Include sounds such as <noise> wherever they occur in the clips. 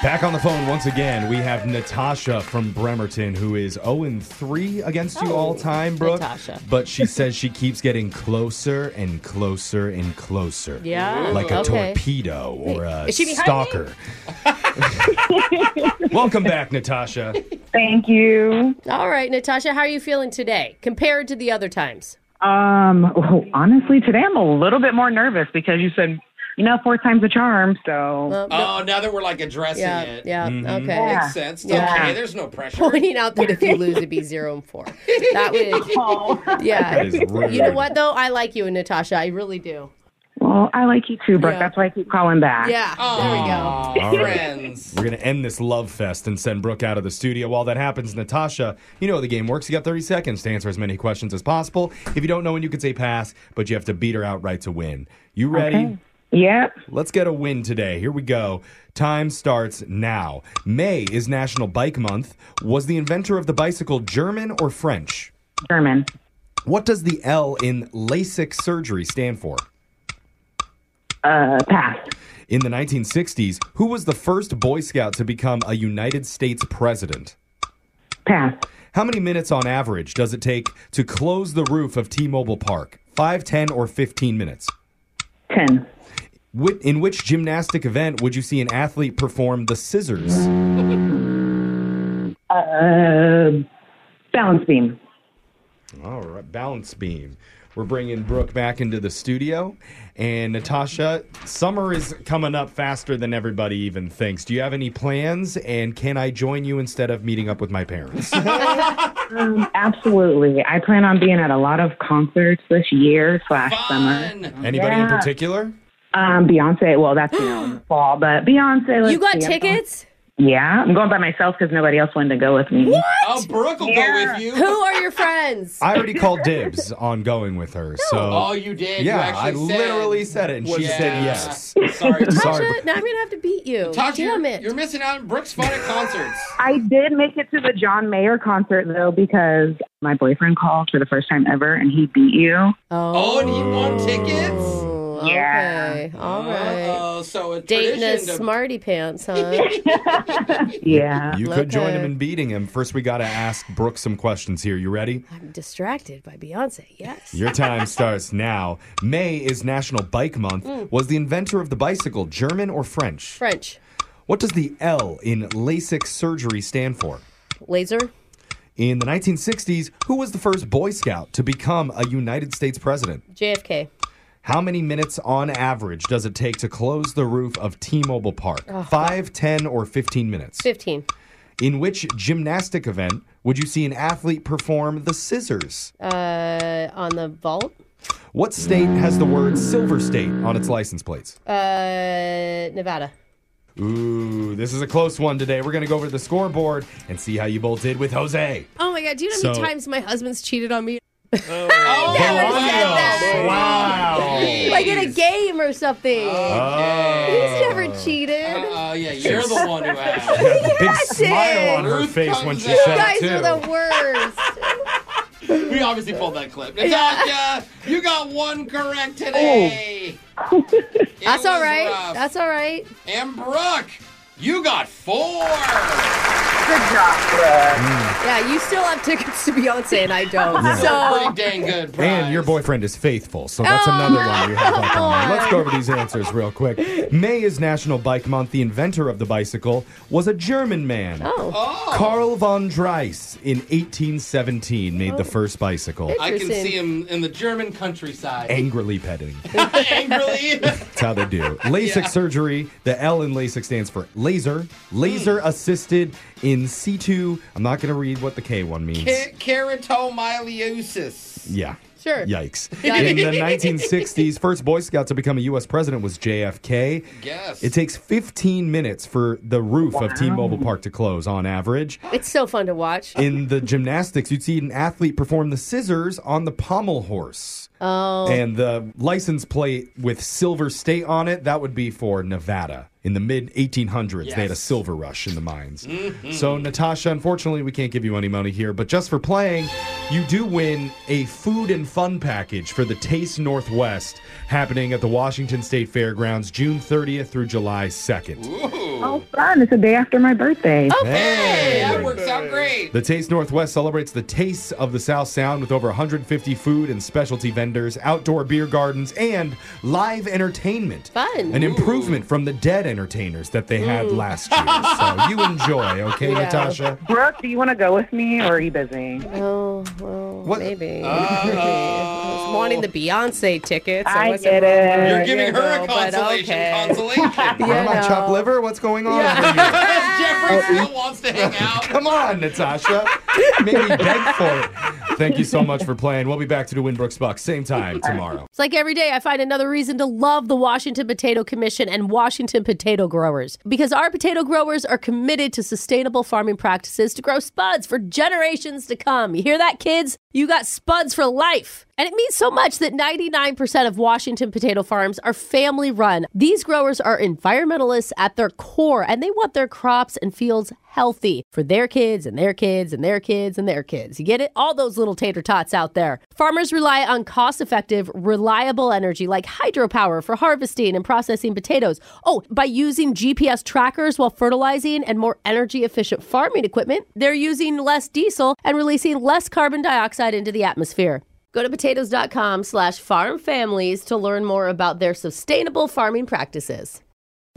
Back on the phone once again, we have Natasha from Bremerton, who is 0 3 against you all time, Brooke. Oh, Natasha. But she says she keeps getting closer and closer and closer. Yeah, Like a okay. torpedo or a is she behind stalker. <laughs> Welcome back, Natasha. Thank you. All right, Natasha, how are you feeling today compared to the other times? Um, oh, honestly, today I'm a little bit more nervous because you said, you know, four times a charm. So Um, Oh, now that we're like addressing yeah, it. yeah, okay. Makes sense. It's Yeah. Okay, there's no pressure. pointing out that if you lose, it'd <laughs> be zero and four. That would, Oh. yeah. That is <laughs> rude. You know what though? I like you and Natasha. I really do. well, I like you too, Brooke. Yeah. That's why I keep calling back. Yeah. There we go. Aw, All right. friends. We're going to end this love fest and send Brooke out of the studio. While that happens, Natasha, you know how the game works. You got 30 seconds to answer as many questions as possible. If you don't know when you can say pass, but you have to beat her outright to win. You ready? Yep. Let's get a win today. Here we go. Time starts now. May is National Bike Month. Was the inventor of the bicycle German or French? German. What does the L in LASIK surgery stand for? Uh, pass. In the 1960s, who was the first Boy Scout to become a United States president? Pass. How many minutes on average does it take to close the roof of T Mobile Park? 5, 10, or 15 minutes? Ten. Whi- In which gymnastic event would you see an athlete perform the scissors? Uh, balance beam. All right, balance beam. We're bringing Brooke back into the studio. And Natasha, summer is coming up faster than everybody even thinks. Do you have any plans? And can I join you instead of meeting up with my parents? Um, absolutely. I plan on being at a lot of concerts this year slash summer. Fun. Anybody in Yeah. particular? Um, Beyonce. Well, that's you <gasps> know in the fall, but Beyonce. let's You got see, I'm going- tickets? Yeah, I'm going by myself because nobody else wanted to go with me. Oh, Brooke will go with you. Who are your <laughs> friends? I already called dibs on going with her. So Oh, you did. you yeah, I actually said, literally said it, and she Yeah. said yes. Sorry. Sorry. Natasha, now I'm gonna have to beat you. Tasha, Damn you're, it. you're missing out on Brooke's fun at concerts. I did make it to the John Mayer concert though because my boyfriend called for the first time ever and he beat you. Oh, and he won tickets? Oh, Yeah. Okay. All right. Oh, so a Dating a tradition to smarty <laughs> pants, huh? Yeah. You could join Okay. him in beating him. First, we got to ask Brooke some questions here. You ready? I'm distracted by Beyonce. Yes. Your time starts now. May is National Bike Month. Was the inventor of the bicycle German or French? French. What does the L in LASIK surgery stand for? Laser. In the 1960s, who was the first Boy Scout to become a United States president? JFK. How many minutes on average does it take to close the roof of T Mobile Park? Five, ten, or 15 minutes? 15. In which gymnastic event would you see an athlete perform the scissors? Uh, on the vault? What state has the word Silver State on its license plates? Uh, Nevada. Ooh, this is a close one today. We're going to go over the scoreboard and see how you both did with Jose. Oh my god, do you know how So- many times my husband's cheated on me? <laughs> Oh, Wow. Like in a game or something. He's never cheated. Uh, yeah, you're the one who asked. The big smile on her Ruth face comes when she out. said you guys it, too. are the worst. We obviously pulled that clip. Natasha, you got one correct today. <laughs> It That's all was right. rough. That's all right. Oh. and Brooke, you got four. Yeah, you still have tickets to Beyonce and I don't. So <laughs> Pretty dang good. Prize. And your boyfriend is faithful, so that's another one we have up on. there. Let's go over these answers real quick. May is National Bike Month. The inventor of the bicycle was a German man. Oh. Carl von Dreiss in 1817 made the first bicycle. I can Interesting. see him in the German countryside. Angrily petting. <laughs> Angrily. That's how they do. LASIK surgery. The L in LASIK stands for laser. Laser assisted in situ. I'm not going to read what the K one means. Ca- Keratomyeliosis. Yeah. Sure. Yikes. In the 1960s, first Boy Scout to become a U.S. president was JFK. Yes. It takes 15 minutes for the roof of T Mobile Park to close on average. it's so fun to watch. In the gymnastics, you'd see an athlete perform the scissors on the pommel horse. Oh. And the license plate with Silver State on it, that would be for Nevada. In the mid 1800s, they had a Yes. silver rush in the mines. So, Natasha, unfortunately, we can't give you any money here, but just for playing, you do win a food and fun package for the Taste Northwest happening at the Washington State Fairgrounds June 30th through July 2nd. Oh, fun. It's the day after my birthday. Oh. Hey, that works out great. The Taste Northwest celebrates the tastes of the South Sound with over 150 food and specialty vendors, outdoor beer gardens, and live entertainment. Fun. An improvement from the dead entertainers that they Mm. had last year. so you enjoy, okay, Natasha? Brooke, do you want to go with me or are you busy? Oh, well, What- maybe. Oh. <laughs> maybe. I was wanting the Beyonce tickets. I wasn't get wrong it. a You're year giving her ago, a but consolation. okay. <laughs> Consolation. What am I, know. chopped liver? What's going on? over here? <laughs> Oh, Jeffrey still wants to hang out. <laughs> Come on, Natasha. Maybe beg for it. Thank you so much for playing. We'll be back to the Winbrooks Bucks <laughs> same time tomorrow. It's like every day I find another reason to love the Washington Potato Commission and Washington potato growers because our potato growers are committed to sustainable farming practices to grow spuds for generations to come. You hear that, kids? You got spuds for life. And it means so much that 99% of Washington potato farms are family run. These growers are environmentalists at their core and they want their crops and fields healthy for their kids and their kids and their kids and their kids. You get it? All those little tater tots out there. Farmers rely on cost effective, reliable energy like hydropower for harvesting and processing potatoes. Oh, by using GPS trackers while fertilizing and more energy efficient farming equipment, they're using less diesel and releasing less carbon dioxide into the atmosphere. Go to potatoes.com slash farm families to learn more about their sustainable farming practices.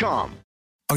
Are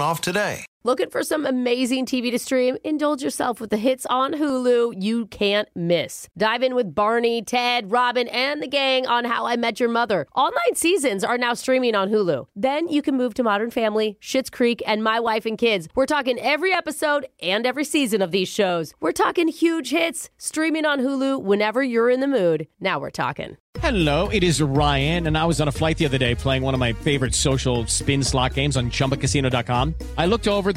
off today. Looking for some amazing TV to stream? Indulge yourself with the hits on Hulu you can't miss. Dive in with Barney, Ted, Robin, and the gang on How I Met Your Mother. All nine seasons are now streaming on Hulu. Then you can move to Modern Family, Schitt's Creek, and My Wife and Kids. We're talking every episode and every season of these shows. We're talking huge hits streaming on Hulu whenever you're in the mood. Now we're talking. Hello, it is Ryan, and I was on a flight the other day playing one of my favorite social spin slot games on chumbacasino.com. I looked over at